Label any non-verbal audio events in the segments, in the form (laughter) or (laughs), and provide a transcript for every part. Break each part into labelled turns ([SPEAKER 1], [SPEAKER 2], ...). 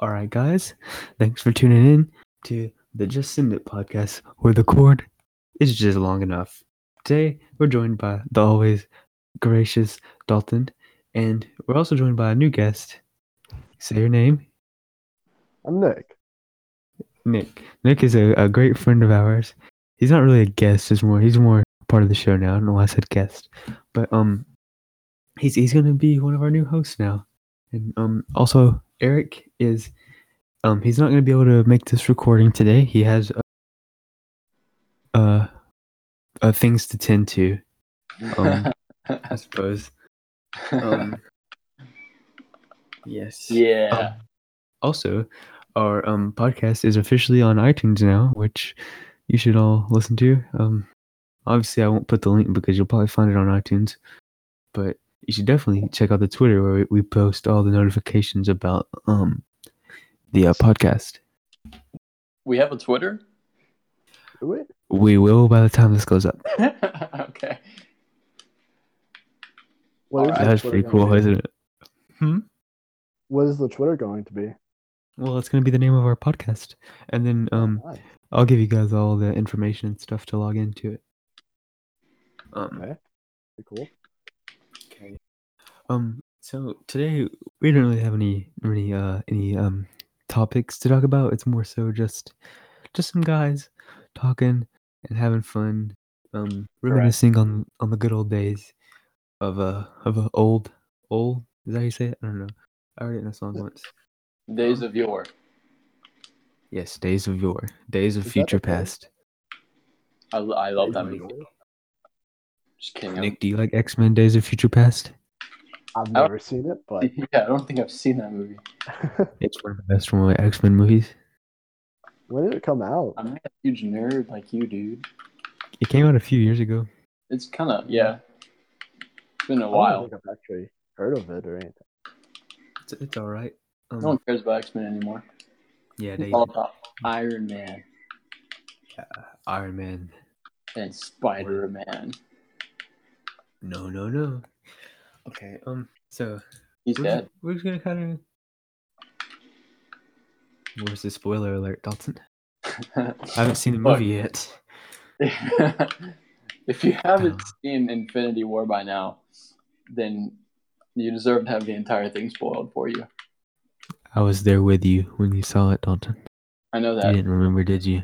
[SPEAKER 1] All right, guys, thanks for tuning in to the Just Send It podcast, where the cord is just long enough. Today, we're joined by the always gracious Dalton, and we're also joined by a new guest. Say your name,
[SPEAKER 2] I'm Nick.
[SPEAKER 1] Nick. Nick is a, a great friend of ours. He's not really a guest; he's more he's more part of the show now. I don't know why I said guest, but um, he's he's gonna be one of our new hosts now, and um, also Eric is um he's not gonna be able to make this recording today. He has uh, uh, uh things to tend to, Um, I suppose. Um, (laughs) yes.
[SPEAKER 3] yeah.
[SPEAKER 1] um, Also, our um, podcast is officially on iTunes now, which you should all listen to. Um, obviously, I won't put the link because you'll probably find it on iTunes, but you should definitely check out the Twitter where we, we post all the notifications about um, the uh, podcast.
[SPEAKER 3] we have a Twitter? (laughs)
[SPEAKER 2] Do it.
[SPEAKER 1] We will by the time this goes up.
[SPEAKER 3] okay.
[SPEAKER 2] What is
[SPEAKER 3] Alright,
[SPEAKER 2] the
[SPEAKER 1] That's
[SPEAKER 2] Twitter
[SPEAKER 1] pretty
[SPEAKER 2] going to
[SPEAKER 1] cool,
[SPEAKER 2] be?
[SPEAKER 1] isn't it?
[SPEAKER 2] What is the Twitter going to be?
[SPEAKER 1] Well, it's going to be the name of our podcast, and then um,
[SPEAKER 2] Nice.
[SPEAKER 1] I'll give you guys all the information and stuff to log into it. Um,
[SPEAKER 2] Okay. Pretty cool.
[SPEAKER 1] Okay. Um. So today we don't really have any any uh any um topics to talk about. It's more so just just some guys talking and having fun, um, reminiscing on on the good old days of a of a old old is that how you say it? I don't know. I heard it in a song once.
[SPEAKER 3] Days
[SPEAKER 1] Um,
[SPEAKER 3] of yore.
[SPEAKER 1] Yes, days of yore, days of
[SPEAKER 2] Is that
[SPEAKER 1] future
[SPEAKER 2] a thing?
[SPEAKER 1] past.
[SPEAKER 3] I, I love that movie. Just kidding.
[SPEAKER 1] Nick, do you like X Men Days of Future Past?
[SPEAKER 2] I've
[SPEAKER 3] I-
[SPEAKER 2] never seen it, but
[SPEAKER 3] (laughs) yeah, I don't think I've seen that movie.
[SPEAKER 1] It's one of the best one X Men movies.
[SPEAKER 2] when did it come out?
[SPEAKER 3] I'm not a huge nerd like you, dude.
[SPEAKER 1] It came out a few years ago.
[SPEAKER 3] It's kind of, yeah. It's been a
[SPEAKER 1] Oh
[SPEAKER 2] I don't
[SPEAKER 3] while.
[SPEAKER 2] think I've actually heard of it or anything.
[SPEAKER 1] It's, it's all right. Um,
[SPEAKER 3] No one cares about X Men anymore.
[SPEAKER 1] yeah,
[SPEAKER 3] It's
[SPEAKER 1] they,
[SPEAKER 3] all about Iron Man
[SPEAKER 1] Iron Man.
[SPEAKER 3] and Spider Man.
[SPEAKER 1] No, no, no. Okay. Um. So
[SPEAKER 3] He's
[SPEAKER 1] we're
[SPEAKER 3] dead.
[SPEAKER 1] just, we're just gonna kind of. Where's the spoiler alert, Dalton? I
[SPEAKER 3] (laughs)
[SPEAKER 1] haven't seen the
[SPEAKER 3] Fuck.
[SPEAKER 1] movie yet.
[SPEAKER 3] if you
[SPEAKER 1] (laughs)
[SPEAKER 3] haven't seen Infinity War by now, then you deserve to have the entire thing spoiled for you.
[SPEAKER 1] I was there with you when you saw it, Dalton.
[SPEAKER 3] I know
[SPEAKER 1] You
[SPEAKER 3] that.
[SPEAKER 1] didn't remember, did you?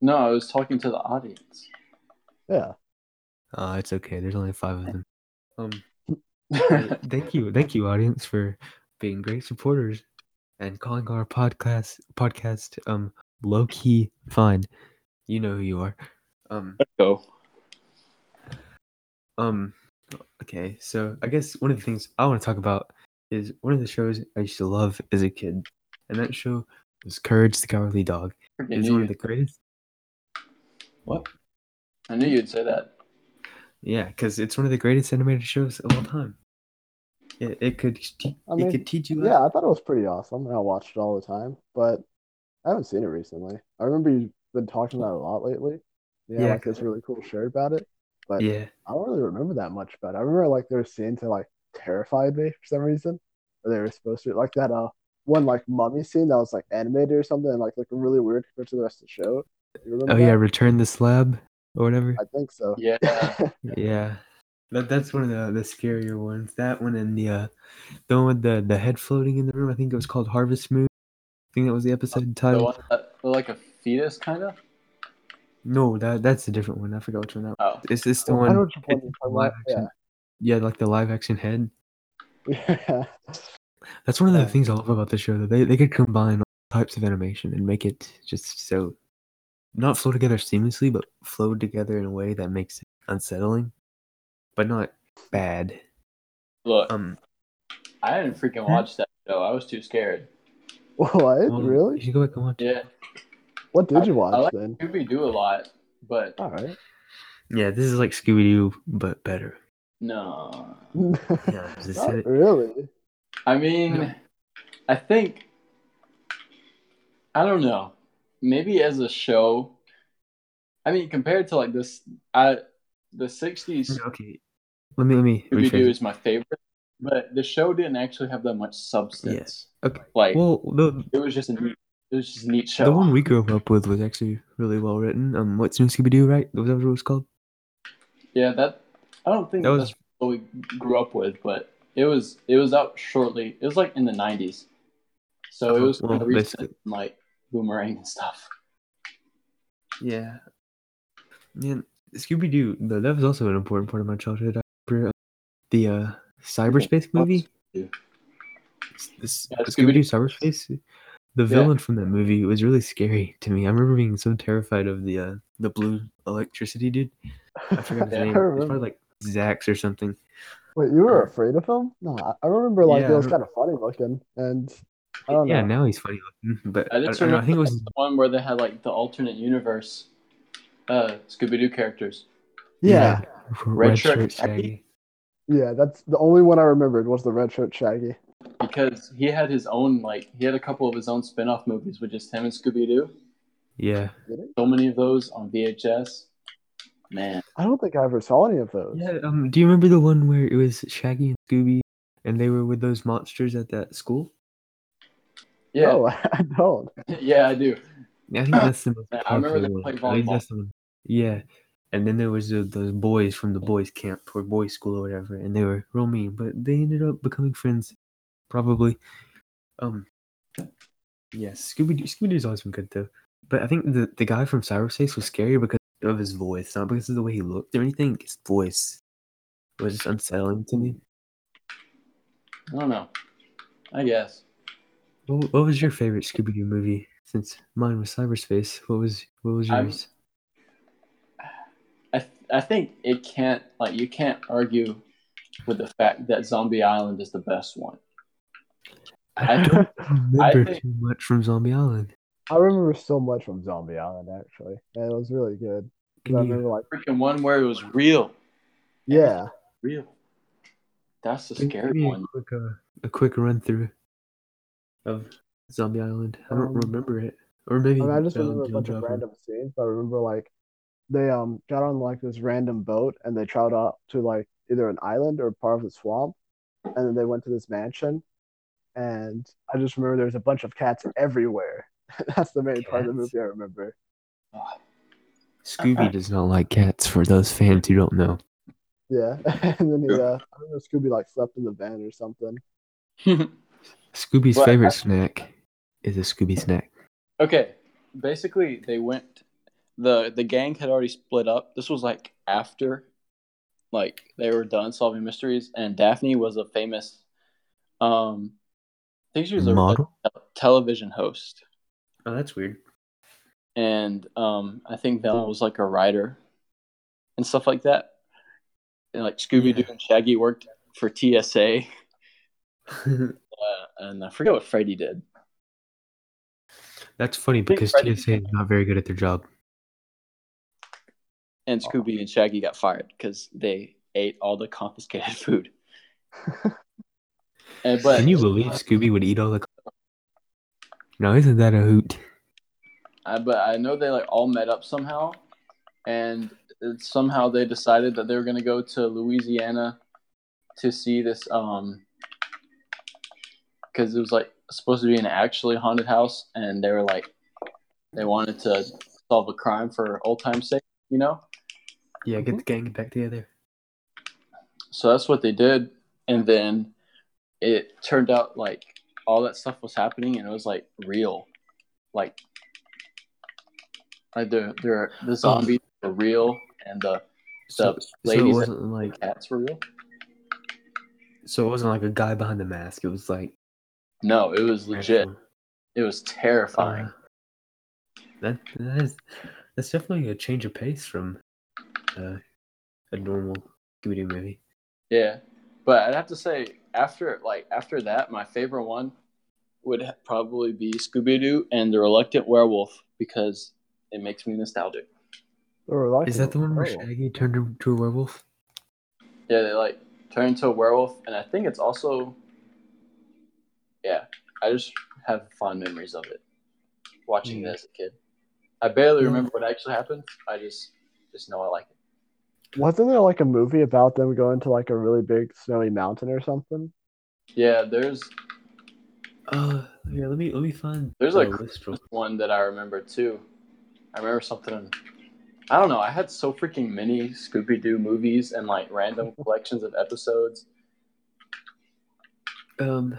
[SPEAKER 3] No, I was talking to
[SPEAKER 1] (laughs)
[SPEAKER 3] the audience.
[SPEAKER 2] Yeah.
[SPEAKER 1] Uh, it's okay. There's only five of them. Um. but thank you, thank you, audience, for being great supporters and calling our podcast podcast um low key fun. You know who you are. Um.
[SPEAKER 3] Go.
[SPEAKER 1] Um, okay, so I guess one of the things I want to talk about is one of the shows I used to love as a kid, and that show was Courage the Cowardly Dog.
[SPEAKER 3] (laughs) I
[SPEAKER 1] It was one
[SPEAKER 3] knew,
[SPEAKER 1] of the greatest. What?
[SPEAKER 3] I knew you'd say that.
[SPEAKER 1] Yeah, because it's one of the greatest animated shows of all time. It, it could te-
[SPEAKER 2] I mean,
[SPEAKER 1] it could teach you.
[SPEAKER 2] Yeah, I thought it was pretty awesome. and I watched it all the time, but I haven't seen it recently. I remember you've been talking about it a lot lately. Yeah,
[SPEAKER 1] Yeah.
[SPEAKER 2] like this really cool shirt about it. But
[SPEAKER 1] yeah,
[SPEAKER 2] I don't really remember that much about it. I remember like there were scenes that like terrified me for some reason. Or they were supposed to like that uh one like mummy scene that was like animated or something and like looked really weird compared to the rest of the show. You remember
[SPEAKER 1] Oh yeah,
[SPEAKER 2] that?
[SPEAKER 1] Return the Slab or whatever.
[SPEAKER 2] (laughs) I think so.
[SPEAKER 1] (laughs)
[SPEAKER 3] Yeah.
[SPEAKER 1] Yeah. That, that's one of the, the scarier ones. That one and the uh, the one with the, the head floating in the room. I think it was called Harvest Moon. I think that was the episode
[SPEAKER 3] The
[SPEAKER 1] title.
[SPEAKER 3] one that looked like a fetus, kind of.
[SPEAKER 1] No, that that's a different one. I forgot which one that.
[SPEAKER 3] Oh,
[SPEAKER 1] Is this the
[SPEAKER 2] Well, I
[SPEAKER 1] one?
[SPEAKER 2] know which one
[SPEAKER 1] it's
[SPEAKER 2] you're
[SPEAKER 1] the
[SPEAKER 2] talking
[SPEAKER 1] live
[SPEAKER 2] about,
[SPEAKER 1] action. Yeah. like the live action head.
[SPEAKER 2] (laughs) yeah.
[SPEAKER 1] That's one of the
[SPEAKER 2] Yeah.
[SPEAKER 1] things I love about the show. That they they could combine all types of animation and make it just so not flow together seamlessly, but flow together in a way that makes it unsettling, but not bad.
[SPEAKER 3] look,
[SPEAKER 1] Um,
[SPEAKER 3] I didn't freaking watch that show. I was too scared.
[SPEAKER 2] What?
[SPEAKER 1] well, You
[SPEAKER 2] really?
[SPEAKER 1] should go back and watch.
[SPEAKER 3] Yeah,
[SPEAKER 2] What did you
[SPEAKER 3] I
[SPEAKER 2] watch
[SPEAKER 3] like-
[SPEAKER 2] then?
[SPEAKER 3] Scooby do a lot, but
[SPEAKER 2] All right.
[SPEAKER 1] Yeah, this is like Scooby Doo, but better.
[SPEAKER 3] no.
[SPEAKER 2] (laughs)
[SPEAKER 1] Yeah, this is
[SPEAKER 2] Not
[SPEAKER 1] it.
[SPEAKER 2] really.
[SPEAKER 3] I mean,
[SPEAKER 1] No.
[SPEAKER 3] I think I don't know. Maybe as a show, I mean, compared to like this, I the '60s
[SPEAKER 1] Okay, let me let me
[SPEAKER 3] Scooby Doo
[SPEAKER 1] rephrase.
[SPEAKER 3] is my favorite. but the show didn't actually have that much substance.
[SPEAKER 1] Okay.
[SPEAKER 3] Like
[SPEAKER 1] Well, the
[SPEAKER 3] it was just a neat, it was just a neat show.
[SPEAKER 1] the one we grew up with was actually really well written. Um, what's new Scooby Doo? Right? Was that what it was called?
[SPEAKER 3] yeah, that I don't think
[SPEAKER 1] That was-
[SPEAKER 3] that's what we grew up with, but it was it was out shortly. It was like in the nineties, so it
[SPEAKER 1] Uh-huh.
[SPEAKER 3] was kind
[SPEAKER 1] Well,
[SPEAKER 3] of
[SPEAKER 1] basically-
[SPEAKER 3] recent, like boomerang and stuff.
[SPEAKER 1] Yeah. Man, Scooby Doo. That was also an important part of my childhood. I remember uh, the uh, cyberspace movie. This
[SPEAKER 3] Yeah,
[SPEAKER 1] Scooby Doo
[SPEAKER 3] Scooby-Doo.
[SPEAKER 1] cyberspace. The villain from that movie was really scary to me. I remember being so terrified of the uh, the blue electricity dude. I forgot his
[SPEAKER 3] (laughs) Yeah, I
[SPEAKER 1] name. It's
[SPEAKER 2] remember.
[SPEAKER 1] probably like Zax or something.
[SPEAKER 2] Wait, you were afraid of him? No, I- I remember like
[SPEAKER 1] Yeah,
[SPEAKER 2] it was
[SPEAKER 1] I
[SPEAKER 2] kind of funny looking, and I don't
[SPEAKER 1] yeah,
[SPEAKER 2] know.
[SPEAKER 1] now he's funny looking, but I,
[SPEAKER 3] Oh, I just
[SPEAKER 1] don't know, I
[SPEAKER 3] remember
[SPEAKER 1] think it was
[SPEAKER 3] the one where they had like the alternate universe uh, Scooby Doo characters.
[SPEAKER 2] yeah,
[SPEAKER 1] Red,
[SPEAKER 3] Red
[SPEAKER 1] Shirt,
[SPEAKER 3] Shirt
[SPEAKER 1] Shaggy.
[SPEAKER 3] Shaggy.
[SPEAKER 2] yeah, that's the only one I remembered was the red shirt Shaggy.
[SPEAKER 3] because he had his own like he had a couple of his own spin-off movies with just him and Scooby-Doo.
[SPEAKER 1] Yeah,
[SPEAKER 3] So many of those on VHS. Man,
[SPEAKER 2] I don't think I ever saw any of those.
[SPEAKER 1] yeah. Um, do you remember the one where it was Shaggy and Scooby, and they were with those monsters at that school?
[SPEAKER 3] yeah, (laughs)
[SPEAKER 2] No, (laughs) I don't.
[SPEAKER 3] yeah, I do.
[SPEAKER 1] Yeah, I think that's the most
[SPEAKER 3] Yeah,
[SPEAKER 1] popular
[SPEAKER 3] I remember they
[SPEAKER 1] one. I
[SPEAKER 3] played
[SPEAKER 1] think
[SPEAKER 3] volleyball.
[SPEAKER 1] that's the one. Yeah, and then there was the, those boys from the boys' camp or boys' school or whatever, and they were real mean, but they ended up becoming friends, probably. Um, yes, Scooby Doo. Scooby Doo's always been good though, but I think the the guy from Cyberspace was scary because of his voice, not because of the way he looked or anything. His voice was just unsettling to me.
[SPEAKER 3] I don't know. I guess
[SPEAKER 1] What, what was your favorite Scooby Doo movie? Since mine was Cyberspace, what was what was
[SPEAKER 3] I'm-
[SPEAKER 1] yours?
[SPEAKER 3] I th- I think it can't like you can't argue with the fact that Zombie Island is the best one. I
[SPEAKER 1] don't (laughs) remember
[SPEAKER 3] think-
[SPEAKER 1] too much from Zombie Island.
[SPEAKER 2] I remember so much from Zombie Island actually, and it was really good. 'Cause
[SPEAKER 1] Can
[SPEAKER 2] I
[SPEAKER 1] you-
[SPEAKER 2] remember like
[SPEAKER 3] Freaking one where it was real,
[SPEAKER 2] yeah,
[SPEAKER 3] real. That's the
[SPEAKER 1] Give me- give
[SPEAKER 3] scary
[SPEAKER 1] me
[SPEAKER 3] one.
[SPEAKER 1] A quick, uh, a quick run through of Zombie Island. I don't
[SPEAKER 2] Um,
[SPEAKER 1] remember it, or maybe
[SPEAKER 2] I, mean, I just
[SPEAKER 1] John-
[SPEAKER 2] remember a
[SPEAKER 1] John
[SPEAKER 2] bunch of
[SPEAKER 1] Dropper.
[SPEAKER 2] random scenes. But I remember like they um got on like this random boat and they traveled out to like either an island or part of the swamp, and then they went to this mansion, and I just remember there was a bunch of cats everywhere. (laughs) That's the main part of the
[SPEAKER 1] Cats?
[SPEAKER 2] movie I remember. (laughs)
[SPEAKER 1] Scooby does not like cats. For those fans who don't know,
[SPEAKER 2] Yeah, (laughs) and then he,
[SPEAKER 3] Yeah.
[SPEAKER 2] uh, I remember Scooby like slept in the van or something.
[SPEAKER 3] (laughs)
[SPEAKER 1] Scooby's
[SPEAKER 3] Well, I-
[SPEAKER 1] favorite snack is a Scooby snack.
[SPEAKER 3] Okay, basically they went the the gang had already split up. This was like after like they were done solving mysteries and Daphne was a famous um I think she was a,
[SPEAKER 1] Model?
[SPEAKER 3] a television host
[SPEAKER 1] Oh, that's
[SPEAKER 2] (laughs)
[SPEAKER 1] weird.
[SPEAKER 3] and um I think Velma was like a writer and stuff like that. And like Scooby Doo and Shaggy worked for TSA uh, and I forget what Freddy did.
[SPEAKER 1] that's funny
[SPEAKER 3] think
[SPEAKER 1] because
[SPEAKER 3] Freddy-
[SPEAKER 1] TSA is not very good at their job.
[SPEAKER 3] And Scooby and Shaggy got fired cuz they ate all the confiscated (laughs) food. And, but
[SPEAKER 1] Can you believe Scooby would eat all the? No, isn't that a hoot?
[SPEAKER 3] I, but I know they like all met up somehow, and it, somehow they decided that they were gonna go to Louisiana to see this um because it was like supposed to be an actually haunted house, and they were like they wanted to solve a crime for old time's sake, you know.
[SPEAKER 1] Yeah, get the gang back together.
[SPEAKER 3] So that's what they did, and then it turned out like all that stuff was happening, and it was like real, like like the the the zombies were real, and the
[SPEAKER 1] So,
[SPEAKER 3] The
[SPEAKER 1] so it
[SPEAKER 3] ladies-
[SPEAKER 1] wasn't like
[SPEAKER 3] cats were real.
[SPEAKER 1] so it wasn't like a guy behind the mask. It was like
[SPEAKER 3] No, it was legit. It was terrifying.
[SPEAKER 1] Uh, that that is that's definitely a change of pace from uh, a normal Scooby Doo movie.
[SPEAKER 3] yeah, but I'd have to say after like after that, my favorite one would ha- probably be Scooby Doo and the Reluctant Werewolf because it makes me nostalgic.
[SPEAKER 2] They were like,
[SPEAKER 1] Is that the one where
[SPEAKER 2] oh.
[SPEAKER 1] Shaggy turned into a werewolf?
[SPEAKER 3] Yeah, they like turn into a werewolf, and I think it's also, yeah, I just have fond memories of it. Watching
[SPEAKER 1] Yeah.
[SPEAKER 3] this kid, I
[SPEAKER 1] Mm.
[SPEAKER 3] barely
[SPEAKER 1] Yeah.
[SPEAKER 3] remember what actually happened. I just just know I like it.
[SPEAKER 2] Wasn't there like a movie about them going to like a really big snowy mountain or something?
[SPEAKER 3] Yeah, there's
[SPEAKER 1] Oh, yeah. Let me let me find.
[SPEAKER 3] There's
[SPEAKER 1] the list
[SPEAKER 3] a
[SPEAKER 1] real-
[SPEAKER 3] Christmas one that I remember too. I remember something. I don't know. I had so freaking many Scooby Doo movies and like
[SPEAKER 1] (laughs)
[SPEAKER 3] random collections of episodes.
[SPEAKER 1] um.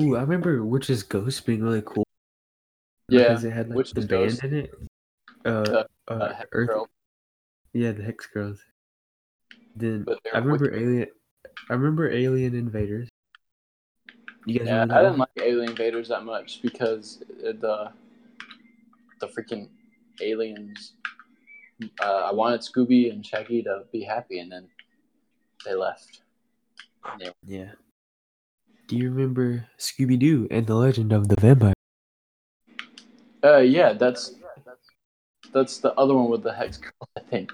[SPEAKER 1] Ooh, I remember Witch's Ghost being really cool.
[SPEAKER 3] Yeah,
[SPEAKER 1] because it had like the
[SPEAKER 3] Witch's
[SPEAKER 1] band
[SPEAKER 3] Ghost.
[SPEAKER 1] in it. Uh,
[SPEAKER 3] Uh,
[SPEAKER 1] uh,
[SPEAKER 3] uh, Hex
[SPEAKER 1] Earth.
[SPEAKER 3] Girl,
[SPEAKER 1] Yeah, the Hex Girls. Then
[SPEAKER 3] but they
[SPEAKER 1] I
[SPEAKER 3] were
[SPEAKER 1] remember
[SPEAKER 3] wicked.
[SPEAKER 1] Alien. I remember Alien Invaders. You guys
[SPEAKER 3] Yeah,
[SPEAKER 1] remember
[SPEAKER 3] I
[SPEAKER 1] that
[SPEAKER 3] didn't like Alien Invaders that much because it, the the freaking aliens. Uh, I wanted Scooby and Shaggy to be happy, and then they left.
[SPEAKER 1] one? Yeah. Do you remember Scooby Doo and the Legend of the Vampire?
[SPEAKER 3] Uh, yeah, that's that's the other one with the hex (laughs) girl, I think.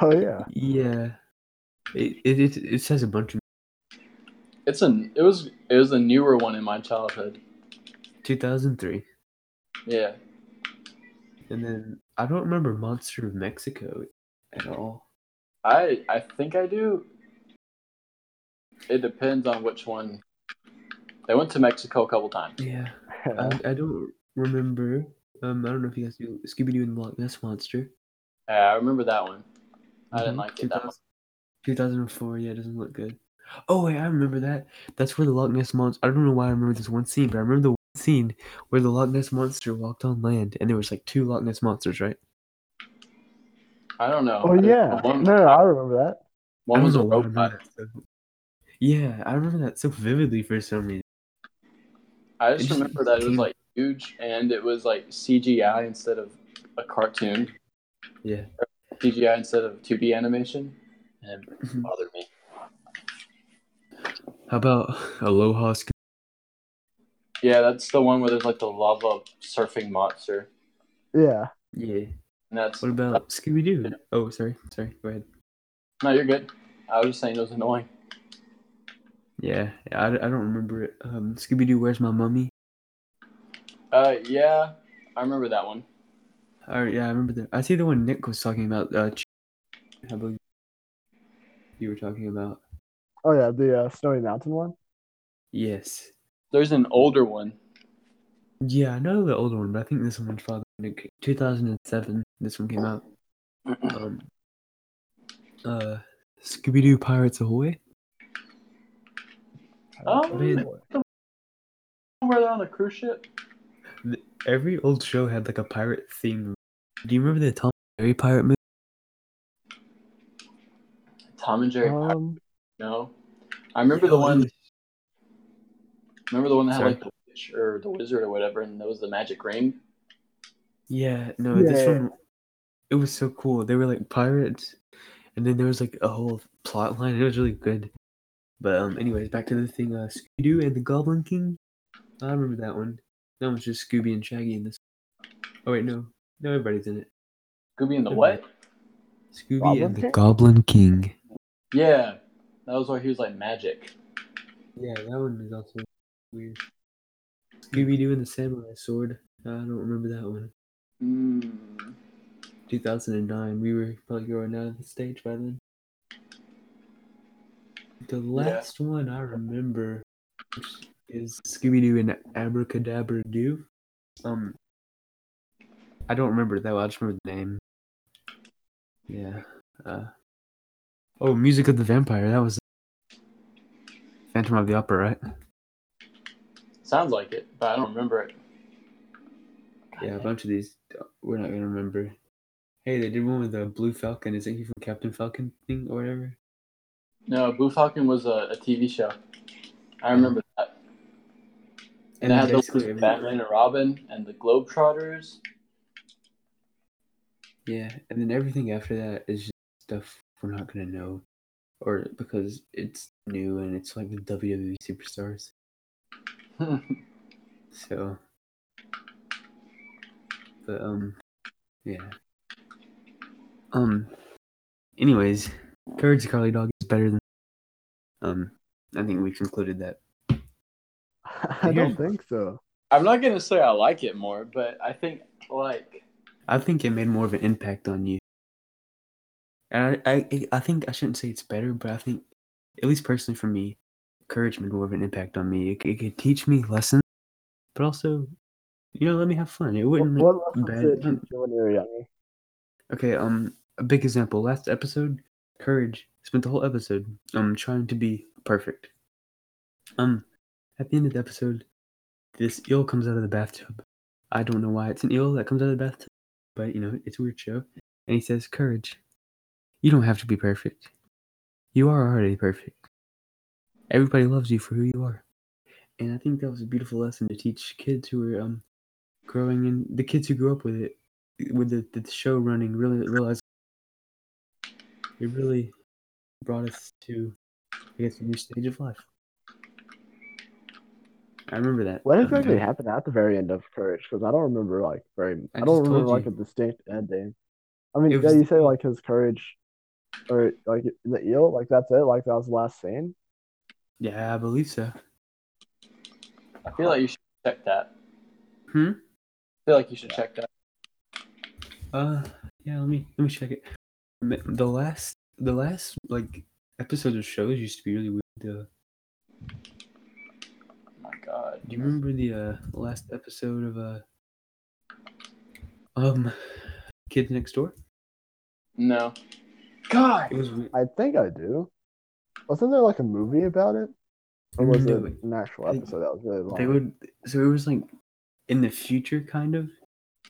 [SPEAKER 2] Oh yeah.
[SPEAKER 1] Yeah. It it it, it says a bunch of
[SPEAKER 3] It's an it was it was a newer one in my childhood.
[SPEAKER 1] 2003,
[SPEAKER 3] Yeah,
[SPEAKER 1] and then I don't remember Monster of Mexico at all.
[SPEAKER 3] I I think I do. It depends on which one. They went to Mexico a couple times.
[SPEAKER 1] Yeah. I, I don't remember. Um, I don't know if you guys do Scooby Doo and the Loch Ness Monster.
[SPEAKER 3] Yeah, I remember that one. I didn't
[SPEAKER 1] Mhm.
[SPEAKER 3] like it that much.
[SPEAKER 1] 2004, yeah, it doesn't look good. Oh, wait, I remember that. That's where the Loch Ness Monster. I don't know why I remember this one scene, but I remember the one scene where the Loch Ness Monster walked on land and there was like two Loch Ness Monsters, right?
[SPEAKER 3] I don't know.
[SPEAKER 2] (laughs) Oh yeah. No,
[SPEAKER 3] One,
[SPEAKER 2] no, I remember that.
[SPEAKER 3] one
[SPEAKER 1] I
[SPEAKER 3] was a
[SPEAKER 1] don't know why I remember
[SPEAKER 3] robot.
[SPEAKER 1] that so- Yeah, I remember that so vividly for some reason.
[SPEAKER 3] I
[SPEAKER 1] It
[SPEAKER 3] just
[SPEAKER 1] just-
[SPEAKER 3] remember that it was like huge and it was like CGI instead of a cartoon.
[SPEAKER 1] Yeah.
[SPEAKER 3] CGI instead of 2D animation. And it
[SPEAKER 2] Mm-hmm.
[SPEAKER 1] Mhm.
[SPEAKER 3] bothered me.
[SPEAKER 1] How about (laughs) Aloha Sco-
[SPEAKER 3] Yeah, that's the one where there's like the lava surfing monster.
[SPEAKER 2] Yeah.
[SPEAKER 1] Yeah.
[SPEAKER 3] And that's
[SPEAKER 1] What about Scooby Doo? Oh, sorry. Sorry. Go ahead.
[SPEAKER 3] no, you're good. I was just saying it was annoying.
[SPEAKER 1] Yeah, I, I don't remember it. Um, Scooby Doo, Where's My Mummy?
[SPEAKER 3] Uh, yeah, I remember that one.
[SPEAKER 1] All right, Oh, yeah, I remember that. I see the one Nick was talking about. Uh, Ch- I believe you were talking about.
[SPEAKER 2] Oh yeah. The uh, Snowy Mountain one.
[SPEAKER 1] Yes.
[SPEAKER 3] There's an older one.
[SPEAKER 1] Yeah, I know the older one, but I think this one's father Nick. 2007, this one came
[SPEAKER 3] (clears throat)
[SPEAKER 1] out. Um, uh, Scooby Doo Pirates Ahoy?
[SPEAKER 3] Oh,
[SPEAKER 1] man.
[SPEAKER 3] Where they're on a cruise ship.
[SPEAKER 1] Every old show had like a pirate theme. Do you remember the Tom and Jerry pirate movie?
[SPEAKER 3] Tom and Jerry. Pirate-
[SPEAKER 2] Um, (laughs)
[SPEAKER 3] no, I remember the
[SPEAKER 1] Oh,
[SPEAKER 3] one.
[SPEAKER 1] it
[SPEAKER 3] Remember the one that had
[SPEAKER 1] Sorry.
[SPEAKER 3] like the witch or the wizard or whatever, and that was the magic ring.
[SPEAKER 1] Yeah, no, this
[SPEAKER 2] Yeah.
[SPEAKER 1] one it was so cool. They were like pirates, and then there was like a whole plot line. It was really good. But um, anyways, back to the thing, uh, Scooby Doo and the Goblin King. I remember that one. That one's just Scooby and Shaggy in this. Oh wait, no, no, everybody's in it.
[SPEAKER 3] Scooby and the
[SPEAKER 1] Mhm.
[SPEAKER 3] what?
[SPEAKER 1] Scooby
[SPEAKER 2] Goblin
[SPEAKER 1] and the
[SPEAKER 2] King?
[SPEAKER 1] Goblin King.
[SPEAKER 3] Yeah, that was where he was like magic.
[SPEAKER 1] Yeah, that one is also weird. Scooby Doo and the Samurai Sword. I don't remember that one.
[SPEAKER 3] Mm.
[SPEAKER 1] 2009. We were probably growing out of the stage by then. The last one I remember is Scooby Doo and Abracadabra Doo. Um, I don't remember that. Well, I just remember the name. Yeah. Uh, oh, Music of the Vampire. That was Phantom of the Opera, right?
[SPEAKER 3] Sounds like it, but I don't remember it.
[SPEAKER 1] Yeah, a bunch of these uh, we're not gonna remember. Hey, they did one with the Blue Falcon. Is he from Captain Falcon thing or whatever?
[SPEAKER 3] No, Blue Falcon was a, a TV show. I remember that. And, I had the
[SPEAKER 1] basically every-
[SPEAKER 3] Batman and Robin and the (laughs) Globetrotters.
[SPEAKER 1] Yeah, and then everything after that is just stuff we're not gonna know, or because it's new and it's like the WWE superstars. So, but um, yeah. Um. Anyways, Courage the Carly Dog is better than. Um, I think we concluded that.
[SPEAKER 2] I don't think so.
[SPEAKER 3] I'm not gonna say I like it more, but I think like
[SPEAKER 1] I think it made more of an impact on you. And I, I, I think I shouldn't say it's better, but I think, at least personally for me, encouragement, more of an impact on me. It, it could teach me lessons, but also, you know, let me have fun. It
[SPEAKER 2] What,
[SPEAKER 1] wouldn't.
[SPEAKER 2] what lessons
[SPEAKER 1] bad.
[SPEAKER 2] did it teach you when you were younger?
[SPEAKER 1] Okay, um, a big example. Last episode, Courage spent the whole episode um trying to be perfect. Um, at the end of the episode, this eel comes out of the bathtub. I don't know why it's an eel that comes out of the bathtub, but you know it's a weird show. And he says, "Courage, you don't have to be perfect. You are already perfect. Everybody loves you for who you are." And I think that was a beautiful lesson to teach kids who are um growing in the kids who grew up with it with the, the show running really realized it really brought us to i guess a new stage of life i remember that
[SPEAKER 2] What
[SPEAKER 1] Um,
[SPEAKER 2] exactly happened at the very end of Courage? Because I don't remember like very.
[SPEAKER 1] I
[SPEAKER 2] I,
[SPEAKER 1] just
[SPEAKER 2] don't
[SPEAKER 1] told
[SPEAKER 2] remember like
[SPEAKER 1] you.
[SPEAKER 2] a distinct ending. I mean,
[SPEAKER 1] It
[SPEAKER 2] yeah,
[SPEAKER 1] was-
[SPEAKER 2] you say like his courage, or like the eel, like that's it, like that was the last scene.
[SPEAKER 1] yeah i believe so
[SPEAKER 3] I feel like you should check that.
[SPEAKER 1] Hmm?
[SPEAKER 3] I feel like you should check that.
[SPEAKER 1] uh yeah let me let me check it Ma- the last the last like episodes of shows used to be really weird the
[SPEAKER 3] Oh my god.
[SPEAKER 1] Do you remember the uh, last episode of uh, um, Kids Next Door?
[SPEAKER 3] No. God.
[SPEAKER 1] It was weird.
[SPEAKER 2] I think I do. Wasn't there like a movie about it, or was
[SPEAKER 1] No,
[SPEAKER 2] it an actual
[SPEAKER 1] they-
[SPEAKER 2] episode that was really long?
[SPEAKER 1] They would so it was like in the future, kind of,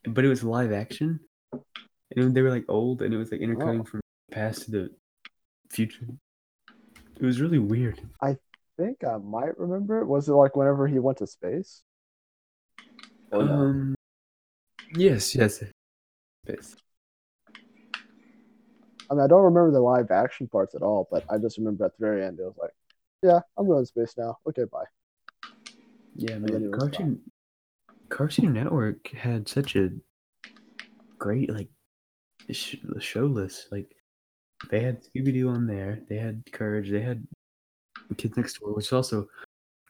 [SPEAKER 1] but it was live action, and they were like old, and it was like intercutting from past to the future. It was really weird.
[SPEAKER 2] I think I might remember. it. Was it like whenever he went to space? Or no?
[SPEAKER 1] Um, yes, yes, yes.
[SPEAKER 2] I mean, I don't remember the live action parts at all, but I just remember at the very end it was like, "Yeah, I'm going to space now. Okay, bye."
[SPEAKER 1] Yeah,
[SPEAKER 2] then
[SPEAKER 1] man.
[SPEAKER 2] it was fine.
[SPEAKER 1] Cartoon Cartoon Network had such a great like sh- show list. Like they had Scooby Doo on there. They had Courage. They had Kids Next Door, which also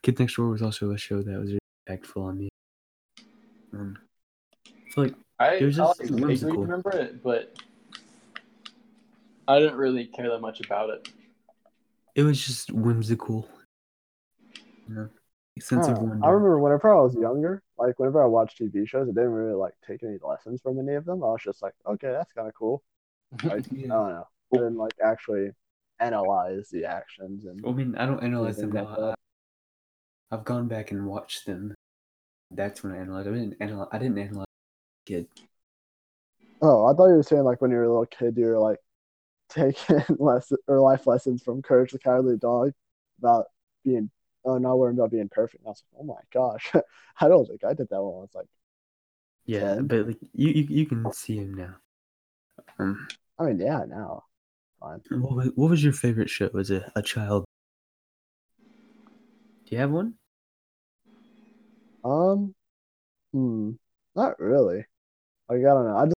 [SPEAKER 1] Kids Next Door was also a show that was really impactful on me. Um, I feel like
[SPEAKER 3] I, I
[SPEAKER 1] It was just
[SPEAKER 3] like, vaguely
[SPEAKER 1] whimsical.
[SPEAKER 3] remember it, but I didn't really care that much about it.
[SPEAKER 1] it was just whimsical. You know, a sense
[SPEAKER 2] I
[SPEAKER 1] of
[SPEAKER 2] don't know.
[SPEAKER 1] wonder.
[SPEAKER 2] I remember whenever I was younger, like whenever I watched TV shows, I didn't really like take any lessons from any of them. I was just like, okay, that's kind of cool. Like, I
[SPEAKER 1] Yeah.
[SPEAKER 2] don't know. I didn't like actually analyze the actions and
[SPEAKER 1] I mean, I don't analyze them
[SPEAKER 2] Anything
[SPEAKER 1] now.
[SPEAKER 2] like
[SPEAKER 1] I- I've gone back and watched them. That's when I analyzed. I didn't analyze. I didn't analyze. Kid.
[SPEAKER 2] oh, I thought you were saying like when you were a little kid, you were like (laughs) taking lesson or life lessons from Courage the Cowardly Dog about being oh not worrying about being perfect. And I was like, oh my gosh, (laughs) I don't think I did that one. I was like,
[SPEAKER 1] Yeah,
[SPEAKER 2] Ted?
[SPEAKER 1] but like you, you, you can see him now. Um,
[SPEAKER 2] I mean, yeah, now. Fine.
[SPEAKER 1] what was, what was your favorite show as a, a child? Do you have one?
[SPEAKER 2] Um, hmm, not really. Like I don't know. I just,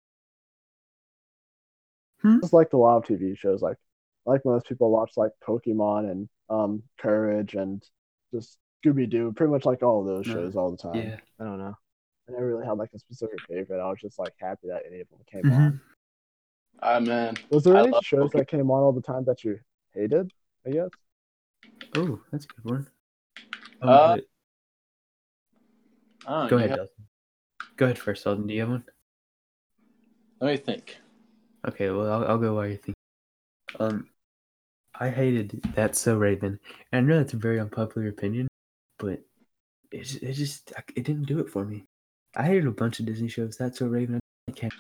[SPEAKER 1] Hmm?
[SPEAKER 2] just like a lot of TV shows. Like like most people watch like Pokemon and um Courage and just Scooby Doo. Pretty much like all of those
[SPEAKER 1] No.
[SPEAKER 2] shows all the time.
[SPEAKER 1] yeah.
[SPEAKER 2] I don't know. I never really had like a specific favorite. I was just like happy that any of them came
[SPEAKER 1] Mhm.
[SPEAKER 2] on.
[SPEAKER 3] Ah, man.
[SPEAKER 2] Was there
[SPEAKER 3] I
[SPEAKER 2] any
[SPEAKER 3] love
[SPEAKER 2] shows
[SPEAKER 3] Pokemon.
[SPEAKER 2] that came on all the time that you hated? I guess.
[SPEAKER 1] Oh, that's a good one. Um,
[SPEAKER 3] Uh,
[SPEAKER 1] but-
[SPEAKER 3] Oh,
[SPEAKER 1] go
[SPEAKER 3] you
[SPEAKER 1] ahead,
[SPEAKER 3] have-
[SPEAKER 1] Dalton. Go ahead first, Dalton. Do you have one?
[SPEAKER 3] let me think.
[SPEAKER 1] Okay, well, I'll, I'll go while you think. Um, I hated that so Raven, and I know that's a very unpopular opinion, but it ju- it just I- it didn't do it for me. I hated a bunch of Disney shows. That's so Raven. I can't.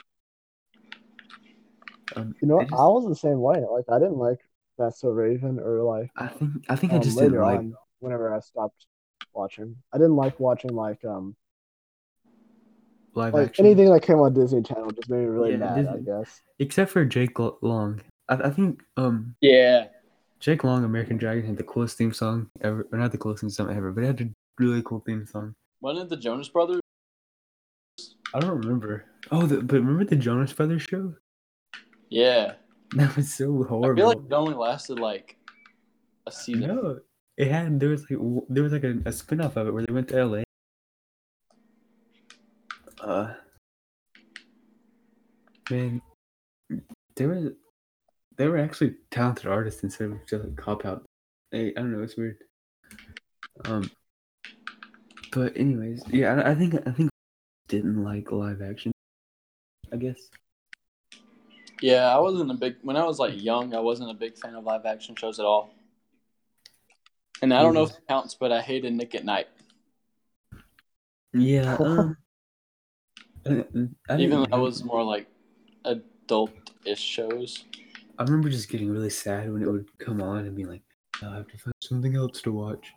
[SPEAKER 1] Um,
[SPEAKER 2] You know,
[SPEAKER 1] I,
[SPEAKER 2] what?
[SPEAKER 1] just-
[SPEAKER 2] I was the same way. Like I didn't like That's So Raven or like.
[SPEAKER 1] I think I think I
[SPEAKER 2] um,
[SPEAKER 1] just
[SPEAKER 2] later
[SPEAKER 1] didn't like.
[SPEAKER 2] on, whenever I stopped watching, I didn't like watching like um
[SPEAKER 1] live
[SPEAKER 2] like
[SPEAKER 1] action.
[SPEAKER 2] anything that came on Disney Channel just made me really
[SPEAKER 1] Yeah,
[SPEAKER 2] mad.
[SPEAKER 1] Disney-
[SPEAKER 2] I guess.
[SPEAKER 1] except for Jake Lo- Long. I, I think um
[SPEAKER 3] Yeah.
[SPEAKER 1] Jake Long, American Dragon, had the coolest theme song ever, or not the coolest theme song ever, but it had a really cool theme song.
[SPEAKER 3] Wasn't it the Jonas Brothers?
[SPEAKER 1] I don't remember. Oh, the, but remember the Jonas Brothers show? (laughs)
[SPEAKER 3] Yeah.
[SPEAKER 1] That was so
[SPEAKER 3] I feel
[SPEAKER 1] horrible.
[SPEAKER 3] like it only lasted like a season.
[SPEAKER 1] no, it had there was like w- there was like a, a spin off of it where they went to L.A. Uh, man, there was they were actually talented artists instead of just like cop out. They, I don't know, it's weird. Um, but anyways, yeah, I, I think I think didn't like live action. I guess.
[SPEAKER 3] Yeah, I wasn't a big when I was like young. I wasn't a big fan of live action shows at all. And I don't know if it counts, but I hated Nick at Night.
[SPEAKER 1] Yeah. Um, I, I didn't
[SPEAKER 3] Even though I
[SPEAKER 1] hate
[SPEAKER 3] was
[SPEAKER 1] it.
[SPEAKER 3] more like adult-ish shows.
[SPEAKER 1] I remember just getting really sad when it would come on and being like, "Oh, I have to find something else to watch.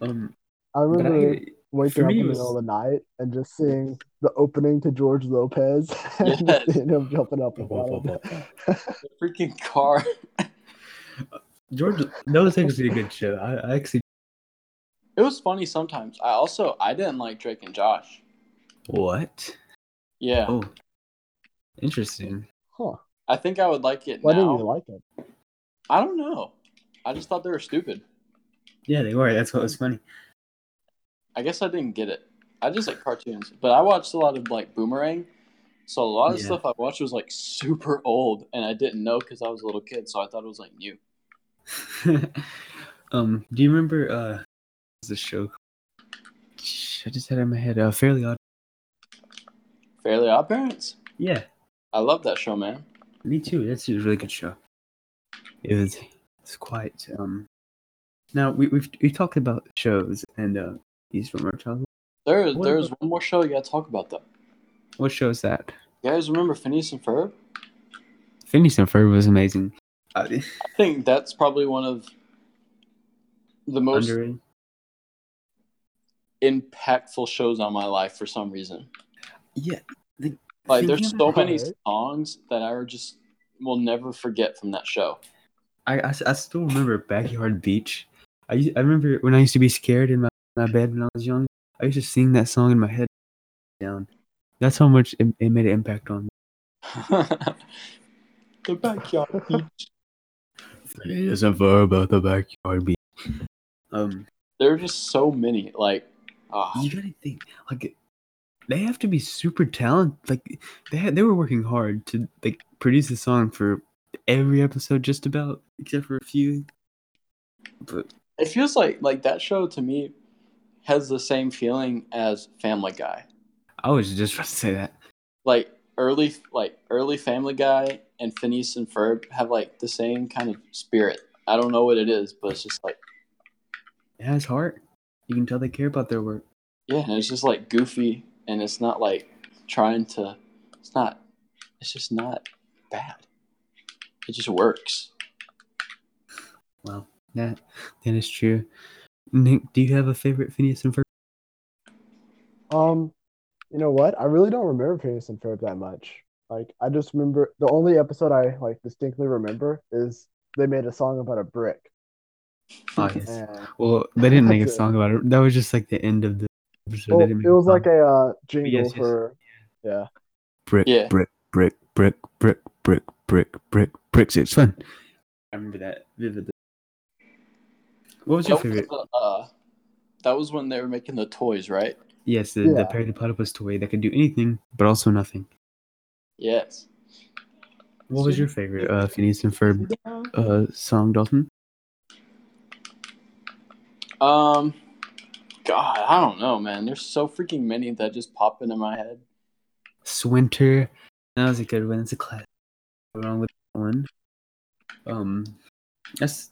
[SPEAKER 1] Um, but
[SPEAKER 2] I
[SPEAKER 1] I
[SPEAKER 2] remember
[SPEAKER 1] hate it.
[SPEAKER 2] waking
[SPEAKER 1] for
[SPEAKER 2] up
[SPEAKER 1] me,
[SPEAKER 2] in
[SPEAKER 1] it
[SPEAKER 2] the
[SPEAKER 1] was-
[SPEAKER 2] middle of the night and just seeing the opening to George Lopez (laughs) and just
[SPEAKER 3] Yes.
[SPEAKER 2] seeing him jumping up and
[SPEAKER 1] Whoa, whoa,
[SPEAKER 2] down.
[SPEAKER 3] The freaking car.
[SPEAKER 1] George, that was actually a good show. I, I actually,
[SPEAKER 3] It was funny sometimes. I also I didn't like Drake and Josh.
[SPEAKER 1] what?
[SPEAKER 3] Yeah,
[SPEAKER 1] Oh, interesting.
[SPEAKER 2] Huh?
[SPEAKER 3] I think I would like it
[SPEAKER 2] Why
[SPEAKER 3] now.
[SPEAKER 2] didn't you like it?
[SPEAKER 3] I don't know. I just thought they were stupid.
[SPEAKER 1] Yeah, they were. That's what was funny. (laughs)
[SPEAKER 3] I guess I didn't get it. I just like cartoons, but I watched a lot of like Boomerang, so a lot of
[SPEAKER 1] Yeah.
[SPEAKER 3] stuff I watched was like super old, and I didn't know because I was a little kid, so I thought it was like new.
[SPEAKER 1] um, do you remember uh, the show? Sh- I just had it in my head. Uh, Fairly Odd.
[SPEAKER 3] Fairly Odd Parents.
[SPEAKER 1] Yeah,
[SPEAKER 3] I love that show, man.
[SPEAKER 1] me too. That's a really good show. It was. It's quite. Um, now we we've we talked about shows and uh, these from our childhood.
[SPEAKER 3] There,
[SPEAKER 1] What
[SPEAKER 3] there's one more show you gotta talk about though.
[SPEAKER 1] What show is that?
[SPEAKER 3] You guys remember Phineas and Ferb?
[SPEAKER 1] Phineas and Ferb was amazing. Uh,
[SPEAKER 3] I think that's probably one of the most
[SPEAKER 1] underrated.
[SPEAKER 3] impactful shows on my life for some reason.
[SPEAKER 1] Yeah. the-
[SPEAKER 3] Like
[SPEAKER 1] thinking
[SPEAKER 3] there's
[SPEAKER 1] about
[SPEAKER 3] so
[SPEAKER 2] it-
[SPEAKER 3] many songs that I just will never forget from that show.
[SPEAKER 1] I, I, s- I still remember Backyard Beach. I, u- I remember when I used to be scared in my, my bed when I was young. I used to sing that song in my head down. That's how much it, it made an impact on me.
[SPEAKER 3] the backyard
[SPEAKER 2] (laughs)
[SPEAKER 3] beach.
[SPEAKER 1] It isn't far about the backyard beach. Um,
[SPEAKER 3] There are just so many. Like, ah,
[SPEAKER 1] you gotta think like they have to be super talented. Like they had, they were working hard to like produce a song for every episode, just about except for a few. But
[SPEAKER 3] it feels like like that show to me has the same feeling as Family Guy.
[SPEAKER 1] I was just about to say that.
[SPEAKER 3] Like early like early Family Guy and Phineas and Ferb have like the same kind of spirit. I don't know what it is, but it's just like
[SPEAKER 1] It has heart. You can tell they care about their work.
[SPEAKER 3] yeah, and it's just like goofy, and it's not like trying to. It's not. It's just not bad. It just works.
[SPEAKER 1] Well, that that is true. Nick, do you have a favorite Phineas and Ferb?
[SPEAKER 2] Um, you know what? I really don't remember Phineas and Ferb that much. Like, I just remember the only episode I like distinctly remember is they made a song about a brick.
[SPEAKER 1] Oh, yes.
[SPEAKER 2] And,
[SPEAKER 1] Well, they didn't make a
[SPEAKER 2] (laughs) That's it.
[SPEAKER 1] song about it. That was just like the end of the episode.
[SPEAKER 2] well,
[SPEAKER 1] they
[SPEAKER 2] oh, it
[SPEAKER 1] didn't make
[SPEAKER 2] was
[SPEAKER 1] song.
[SPEAKER 2] like a uh, jingle
[SPEAKER 1] yes.
[SPEAKER 2] for yeah. (laughs)
[SPEAKER 1] brick,
[SPEAKER 3] Yeah.
[SPEAKER 1] brick, brick, brick, brick, brick, brick, brick, bricks. It's fun. I remember that vividly. What was your
[SPEAKER 3] That was,
[SPEAKER 1] favorite?
[SPEAKER 3] the, uh, that was when they were making the toys, right?
[SPEAKER 1] Yes, the,
[SPEAKER 2] Yeah.
[SPEAKER 1] the parody platypus toy that could do anything but also nothing.
[SPEAKER 3] Yes.
[SPEAKER 1] What was your favorite uh, Phineas and Ferb uh, song, Dalton?
[SPEAKER 3] Um, God, I don't know, man. There's so freaking many that just pop into my head.
[SPEAKER 1] Swinter. That was a good one. It's a classic. Wrong with that one. Um, that's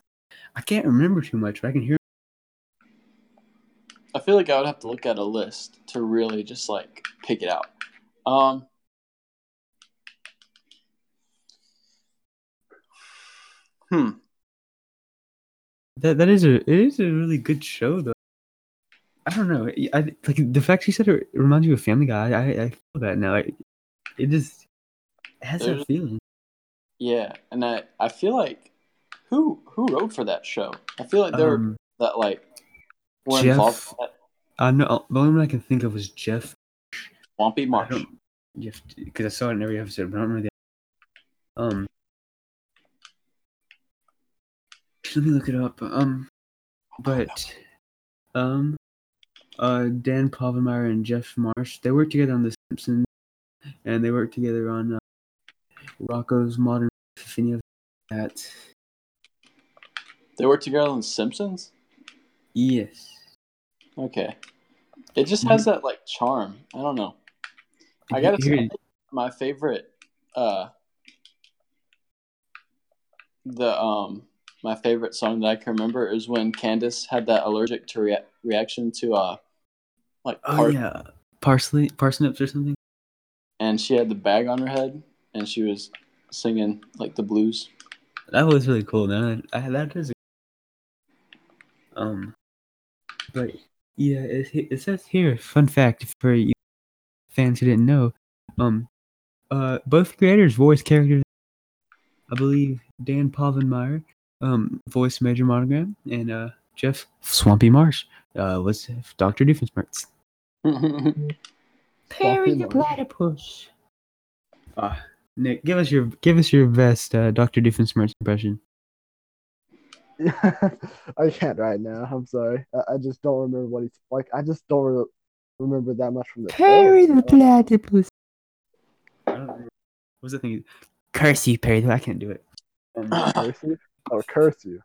[SPEAKER 1] I can't remember too much, but I can hear.
[SPEAKER 3] I feel like I would have to look at a list to really just like pick it out. Um, hmm.
[SPEAKER 1] That that is a it is a really good show though. I don't know. I like the fact you said it reminds you of Family Guy. I I feel that now. It, it just it has that
[SPEAKER 3] There's-
[SPEAKER 1] feeling.
[SPEAKER 3] Yeah, and I I feel like who who wrote for that show? I feel like there were
[SPEAKER 1] Um,
[SPEAKER 3] that like were
[SPEAKER 1] Jeff-
[SPEAKER 3] involved. In that.
[SPEAKER 1] I know the only one I can think of was Jeff.
[SPEAKER 3] Swampy
[SPEAKER 1] I
[SPEAKER 3] Marsh.
[SPEAKER 1] don't Jeff because I saw it in every episode, but I don't remember the. Um. Let me look it up. Um. But, um, uh, Dan Povenmire and Jeff Marsh, they worked together on The Simpsons, and they worked together on uh, Rocco's Modern Life, if any of that.
[SPEAKER 3] They worked together on The Simpsons.
[SPEAKER 1] Yes.
[SPEAKER 3] Okay. It just has that like charm. I don't know. I gotta say, I think my favorite, uh, the um, my favorite song that I can remember is when Candace had that allergic to rea- reaction to uh, like
[SPEAKER 1] Oh
[SPEAKER 3] part,
[SPEAKER 1] yeah, parsley, parsnips or something.
[SPEAKER 3] and she had the bag on her head, and she was singing like the blues. (laughs)
[SPEAKER 1] That was really cool. Now I, I, that is. Um, but yeah, it, it says here. Fun fact for you fans who didn't know, um, uh, both creators voiced characters. I believe Dan Povenmire, um, voiced Major Monogram, and uh, Jeff Swampy Marsh, uh, was Doctor Doofenshmirtz.
[SPEAKER 2] Swampy Marsh.
[SPEAKER 1] platypus. Ah, Nick, give us your give us your best uh, Doctor Doofenshmirtz impression.
[SPEAKER 2] I can't right now. I'm sorry. I, I just don't remember what he's like. I just don't re- remember that much from the
[SPEAKER 1] Oh,
[SPEAKER 2] show.
[SPEAKER 1] platypus. What's the thing? Curse you, Perry. I can't do it.
[SPEAKER 3] (laughs)
[SPEAKER 2] curse you? Oh, curse you.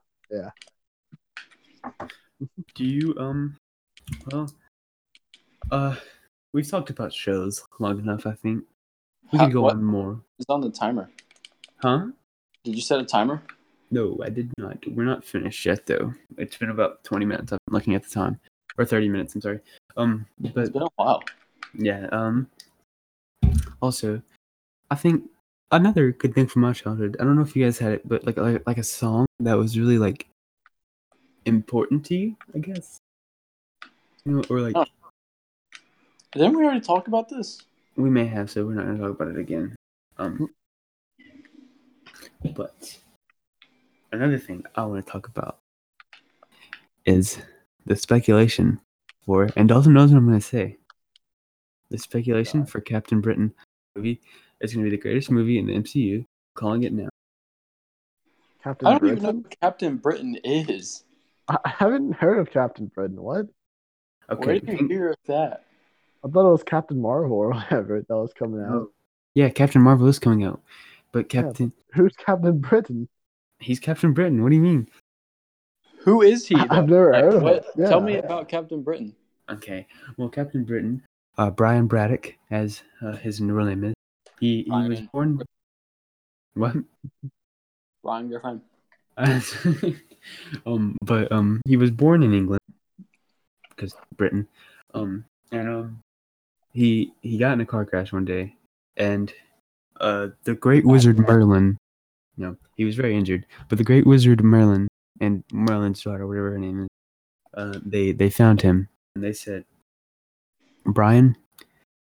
[SPEAKER 1] Do you um? Well, uh, we've talked about shows long enough. I think we
[SPEAKER 3] How-
[SPEAKER 1] could go
[SPEAKER 3] what-
[SPEAKER 1] on more,
[SPEAKER 3] It's on the timer.
[SPEAKER 1] huh?
[SPEAKER 3] Did you set a timer?
[SPEAKER 1] No, I did not. We're not finished yet, though. It's been about twenty minutes. I'm looking at the time, or thirty minutes. I'm sorry. Um, but
[SPEAKER 3] It's been a while.
[SPEAKER 1] Yeah. Um. Also, I think another good thing from my childhood. I don't know if you guys had it, but like like, like a song that was really like important to you, I guess. You know, or like
[SPEAKER 3] Oh. Didn't we already talk about this?
[SPEAKER 1] we may have, so we're not gonna talk about it again. Um.
[SPEAKER 2] Hmm.
[SPEAKER 1] But another thing I want to talk about is the speculation for, and Dalton knows what I'm gonna say. The speculation for Captain Britain movie is gonna be the greatest movie in the MCU. Calling it now.
[SPEAKER 2] Captain
[SPEAKER 3] I don't
[SPEAKER 2] Britain?
[SPEAKER 3] even know who Captain Britain is.
[SPEAKER 2] I I haven't heard of Captain Britain. What?
[SPEAKER 3] Where
[SPEAKER 1] Okay.
[SPEAKER 3] did
[SPEAKER 2] Hmm.
[SPEAKER 3] you hear of that?
[SPEAKER 2] I thought it was Captain Marvel or (laughs) whatever that was coming out.
[SPEAKER 1] Oh. Yeah, Captain Marvel is coming out, but
[SPEAKER 2] Yeah.
[SPEAKER 1] Captain,
[SPEAKER 2] Who's Captain Britain?
[SPEAKER 3] (laughs)
[SPEAKER 1] he's Captain Britain. What do you mean?
[SPEAKER 3] Who is he?
[SPEAKER 2] I've
[SPEAKER 3] though?
[SPEAKER 2] never heard of
[SPEAKER 3] what-
[SPEAKER 2] it. Yeah.
[SPEAKER 3] Tell me about Captain Britain.
[SPEAKER 1] Okay. Well, Captain Britain, uh, Brian Braddock, as uh, his real name is, he, he was
[SPEAKER 3] Brian.
[SPEAKER 1] born. What?
[SPEAKER 3] Ryan Griffin.
[SPEAKER 1] (laughs) um, but um, he was born in England because Britain. Um, and um, he he got in a car crash one day, and uh, the Great Wizard Merlin. No, he was very injured, but the Great Wizard Merlin and Merlin's daughter, whatever her name is, uh, they they found him and they said, Brian,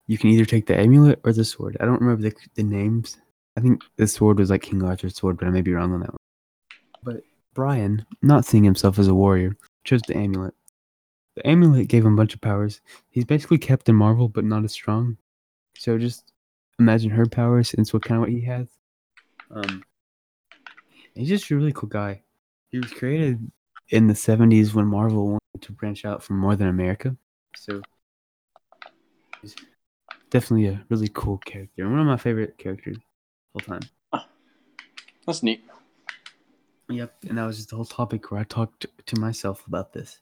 [SPEAKER 1] you can either take the amulet or the sword. I don't remember the the names. I think the sword was like King Arthur's sword, but I may be wrong on that one. But Brian, not seeing himself as a warrior, chose the amulet. The amulet gave him a bunch of powers. He's basically Captain Marvel, but not as strong. So just imagine her powers, and it's what kind of what he has. Um, he's just a really cool guy. He was created in the '70s when Marvel wanted to branch out from more than America. So he's definitely a really cool character, and one of my favorite characters of all time.
[SPEAKER 3] That's neat.
[SPEAKER 1] Yep, and that was just the whole topic where I talked to myself about this.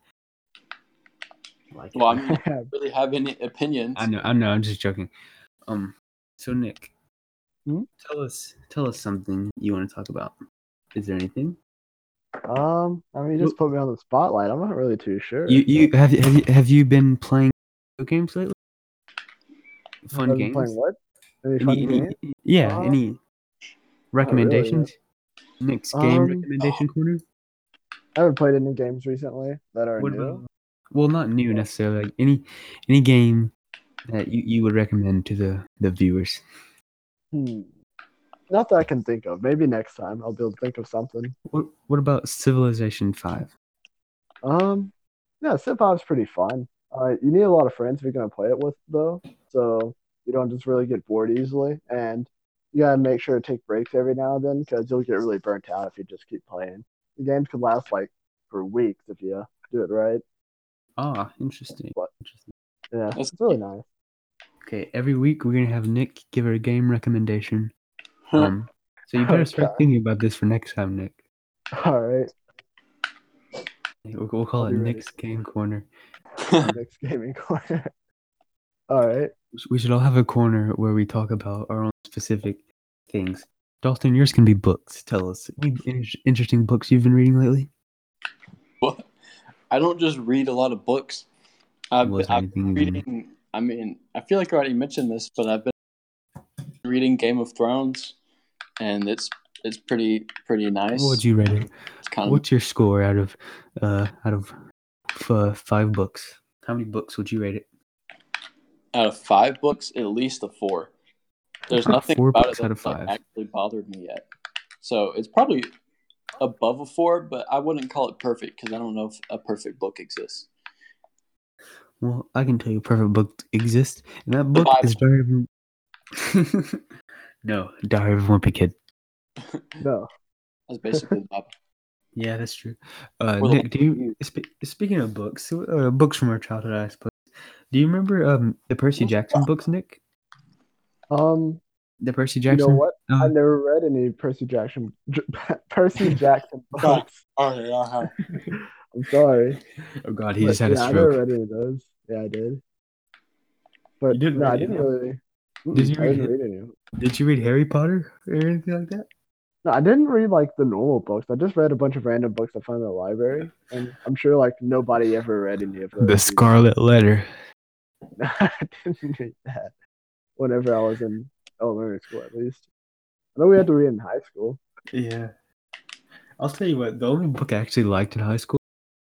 [SPEAKER 1] Like,
[SPEAKER 3] Well, I mean, I don't really have any opinions.
[SPEAKER 1] I know, I know, I'm just joking. Um, so Nick,
[SPEAKER 2] Hmm?
[SPEAKER 1] tell us, tell us something you want to talk about. Is there anything
[SPEAKER 2] (laughs) um, I mean, you just put me on the spotlight. I'm not really too sure.
[SPEAKER 1] you you have you- have you, have you been playing video games lately?
[SPEAKER 2] I've
[SPEAKER 1] Fun
[SPEAKER 2] been
[SPEAKER 1] games?
[SPEAKER 2] Playing what? Any fun
[SPEAKER 1] Any, any- (laughs)
[SPEAKER 2] games?
[SPEAKER 1] yeah,
[SPEAKER 2] Uh,
[SPEAKER 1] any recommendations? Nick's game
[SPEAKER 2] Um,
[SPEAKER 1] recommendation corner.
[SPEAKER 2] I haven't played any games recently that are
[SPEAKER 1] What
[SPEAKER 2] new.
[SPEAKER 1] about- well, not new necessarily. Like any any game that you, you would recommend to the the viewers.
[SPEAKER 2] Hmm. Not that I can think of. Maybe next time I'll be able to think of something.
[SPEAKER 1] What what about Civilization Five?
[SPEAKER 2] Um, yeah, Civ Pop's pretty fun. Uh, you need a lot of friends if you're gonna play it with, though, so you don't just really get bored easily. And you gotta make sure to take breaks every now and then because you'll get really burnt out if you just keep playing. The games could last like for weeks if you do it right.
[SPEAKER 1] Ah, interesting.
[SPEAKER 2] What?
[SPEAKER 1] interesting.
[SPEAKER 2] Yeah,
[SPEAKER 3] That's-
[SPEAKER 2] it's really nice. (laughs)
[SPEAKER 1] Okay, every week we're gonna have Nick give her a game recommendation.
[SPEAKER 3] Huh.
[SPEAKER 1] Um, so you better start
[SPEAKER 2] Okay.
[SPEAKER 1] (laughs) thinking about this for next time, Nick.
[SPEAKER 2] All right.
[SPEAKER 1] We'll, we'll call
[SPEAKER 2] I'll
[SPEAKER 1] it
[SPEAKER 2] be ready.
[SPEAKER 1] Nick's Game Corner.
[SPEAKER 2] Next gaming corner. (laughs) All right.
[SPEAKER 1] We should all have a corner where we talk about our own specific things. Dalton, yours can be books. Tell us any in- interesting books you've been reading lately.
[SPEAKER 3] What? I don't just read a lot of books. I've,
[SPEAKER 1] Was there
[SPEAKER 3] I've
[SPEAKER 1] anything
[SPEAKER 3] been
[SPEAKER 1] you
[SPEAKER 3] reading. I mean, I feel like I already mentioned this, but I've been reading Game of Thrones, and it's it's pretty pretty nice.
[SPEAKER 1] What would you rate it?
[SPEAKER 3] It's kind of
[SPEAKER 1] What's your score out of uh out of f- five books? How many books would you rate it?
[SPEAKER 3] out of five books, at least a four. There's
[SPEAKER 1] Huh,
[SPEAKER 3] nothing
[SPEAKER 1] four
[SPEAKER 3] about
[SPEAKER 1] books
[SPEAKER 3] it
[SPEAKER 1] out
[SPEAKER 3] that
[SPEAKER 1] of
[SPEAKER 3] like,
[SPEAKER 1] five.
[SPEAKER 3] actually bothered me yet. So it's probably above a four, but I wouldn't call it perfect because I don't know if a perfect book exists.
[SPEAKER 1] Well, I can tell you a perfect book exists, and that book is Diary of (laughs) No, Diary of a Wimpy Kid.
[SPEAKER 2] No.
[SPEAKER 3] That's basically the Bible.
[SPEAKER 1] Yeah, that's true. Uh,
[SPEAKER 3] Well,
[SPEAKER 1] Nick, do you spe- speaking of books, uh, books from our childhood, I suppose. Do you remember um the Percy Jackson books, Nick?
[SPEAKER 2] Um.
[SPEAKER 1] The Percy
[SPEAKER 2] You
[SPEAKER 1] Jackson.
[SPEAKER 2] know what?
[SPEAKER 1] Uh,
[SPEAKER 2] I never read any Percy Jackson. (laughs)
[SPEAKER 1] (laughs)
[SPEAKER 2] Percy Jackson (laughs) books.
[SPEAKER 3] Okay, uh-huh.
[SPEAKER 2] I'm sorry.
[SPEAKER 1] oh God, he
[SPEAKER 2] But,
[SPEAKER 1] just had a
[SPEAKER 2] yeah, I
[SPEAKER 1] stroke.
[SPEAKER 2] never read any of those. Yeah, I did. But
[SPEAKER 1] You didn't
[SPEAKER 2] no, I
[SPEAKER 1] read
[SPEAKER 2] didn't
[SPEAKER 1] any of
[SPEAKER 2] really.
[SPEAKER 1] Did
[SPEAKER 2] Mm,
[SPEAKER 1] you
[SPEAKER 2] I
[SPEAKER 1] read
[SPEAKER 2] didn't
[SPEAKER 1] it?
[SPEAKER 2] read any of them.
[SPEAKER 1] Did you read Harry Potter or anything like that?
[SPEAKER 2] No, I didn't read like the normal books. I just read a bunch of random books I found in the library, and I'm sure like nobody ever read any of those.
[SPEAKER 1] The
[SPEAKER 2] either.
[SPEAKER 1] Scarlet Letter.
[SPEAKER 2] (laughs) I didn't read that whenever I was in elementary school, at least. I know we had to read in high school.
[SPEAKER 1] Yeah. I'll tell you what, the only book I actually liked in high school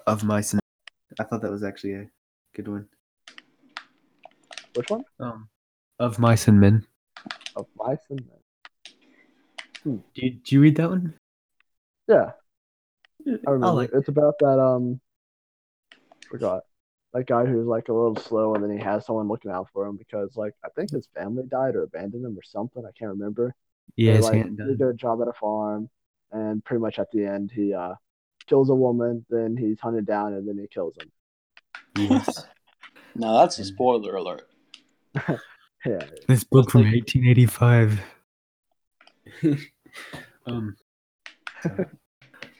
[SPEAKER 1] of mice and I thought that was actually a good one.
[SPEAKER 2] Which one? Oh,
[SPEAKER 1] Um Of Mice and Men.
[SPEAKER 2] Of Mice and Men.
[SPEAKER 1] Do you, do you read that one?
[SPEAKER 2] Yeah, I remember.
[SPEAKER 1] Oh, like
[SPEAKER 2] it's about that um, forgot that guy who's like a little slow, and then he has someone looking out for him because like I think his family died or abandoned him or something. I can't remember.
[SPEAKER 1] Yeah,
[SPEAKER 2] They,
[SPEAKER 1] it's
[SPEAKER 2] like,
[SPEAKER 1] hand
[SPEAKER 2] he did a job at a farm, and pretty much at the end he uh kills a woman, then he's hunted down, and then he kills him.
[SPEAKER 1] Yes.
[SPEAKER 3] Now that's a spoiler alert.
[SPEAKER 2] Yeah,
[SPEAKER 1] this book from
[SPEAKER 3] like-
[SPEAKER 1] (laughs) 1885. um so,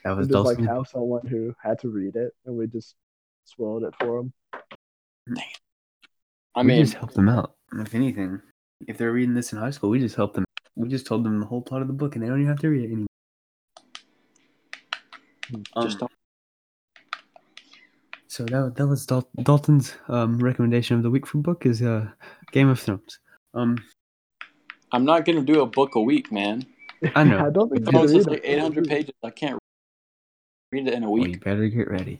[SPEAKER 1] That
[SPEAKER 2] we
[SPEAKER 1] was
[SPEAKER 2] just like
[SPEAKER 1] Dawson.
[SPEAKER 2] have someone who had to read it, and we just spoiled it for him.
[SPEAKER 3] I
[SPEAKER 1] we
[SPEAKER 3] mean,
[SPEAKER 1] just helped them out. If anything, if they're reading this in high school, we just helped them. We just told them the whole plot of the book, and they don't even have to read it anymore.
[SPEAKER 3] just
[SPEAKER 1] Um, So that, that was Dal- Dalton's um, recommendation of the week for book is uh, Game of Thrones. Um,
[SPEAKER 3] I'm not gonna do a book a week, man.
[SPEAKER 1] I know.
[SPEAKER 2] I don't think
[SPEAKER 1] Come
[SPEAKER 2] you
[SPEAKER 1] on,
[SPEAKER 3] Thrones is
[SPEAKER 2] read it.
[SPEAKER 3] like 800 pages. I can't read it in a
[SPEAKER 1] well, you
[SPEAKER 3] (laughs)
[SPEAKER 1] (laughs)
[SPEAKER 3] week.
[SPEAKER 1] better get ready.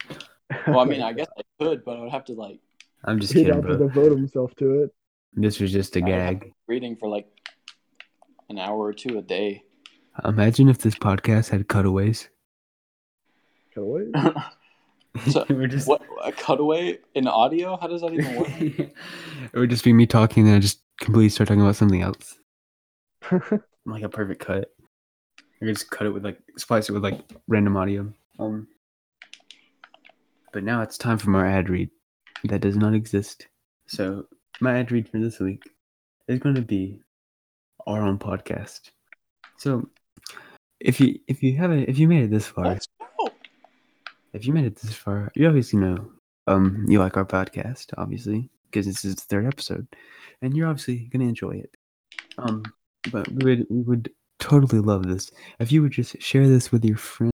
[SPEAKER 3] Well,
[SPEAKER 2] (laughs)
[SPEAKER 3] I mean, I guess I could, but I would have to like
[SPEAKER 1] I'm just
[SPEAKER 2] He'd
[SPEAKER 1] kidding,
[SPEAKER 2] have to
[SPEAKER 1] bro.
[SPEAKER 2] devote himself to it.
[SPEAKER 1] This was just a
[SPEAKER 3] I would have
[SPEAKER 1] gag.
[SPEAKER 3] to reading for like an hour or two a day.
[SPEAKER 2] (laughs)
[SPEAKER 1] Imagine if this podcast had cutaways.
[SPEAKER 2] Can I wait?
[SPEAKER 1] (laughs)
[SPEAKER 3] So,
[SPEAKER 1] We're just.
[SPEAKER 3] What a cutaway in audio? How does that even
[SPEAKER 1] (laughs)
[SPEAKER 3] work?
[SPEAKER 1] it would just be me talking, and then I just completely start talking about something else. Like a perfect cut. I could just cut it with like splice it with like random audio. Um. But now it's time for my ad read. That does not exist. So my ad read for this week is going to be our own podcast. So if you if you haven't if you made it this far,
[SPEAKER 3] Let's go.
[SPEAKER 1] if you made it this far, you obviously know um you like our podcast, obviously, because this is the third episode, and you're obviously gonna enjoy it. Um, but we would we would totally love this if you would just share this with your friends,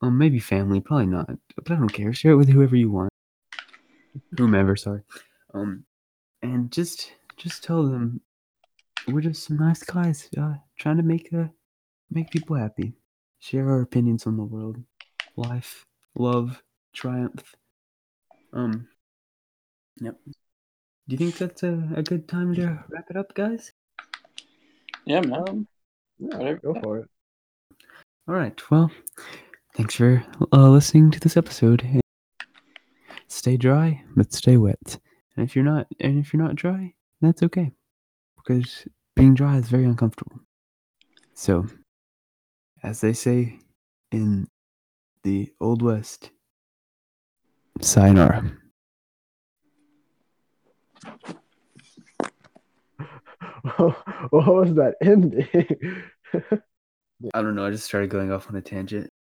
[SPEAKER 1] um, maybe family, probably not, but I don't care. Share it with whoever you want, whomever. Sorry, um, and just just tell them we're just some nice guys uh, trying to make uh, make people happy, share our opinions on the world, life love, triumph. Um. Yep. Do you think that's a, a good time to wrap it up, guys?
[SPEAKER 3] Yeah, man.
[SPEAKER 2] (laughs) Yeah,
[SPEAKER 3] Whatever.
[SPEAKER 2] go for it.
[SPEAKER 1] All right. Well, thanks for uh, listening to this episode. And Stay dry, but stay wet. And if you're not, and if you're not dry, that's okay, because being dry is very uncomfortable. So, as they say in the old west, sayonara.
[SPEAKER 2] what was that ending? (laughs)
[SPEAKER 1] I don't know. I just started going off on a tangent.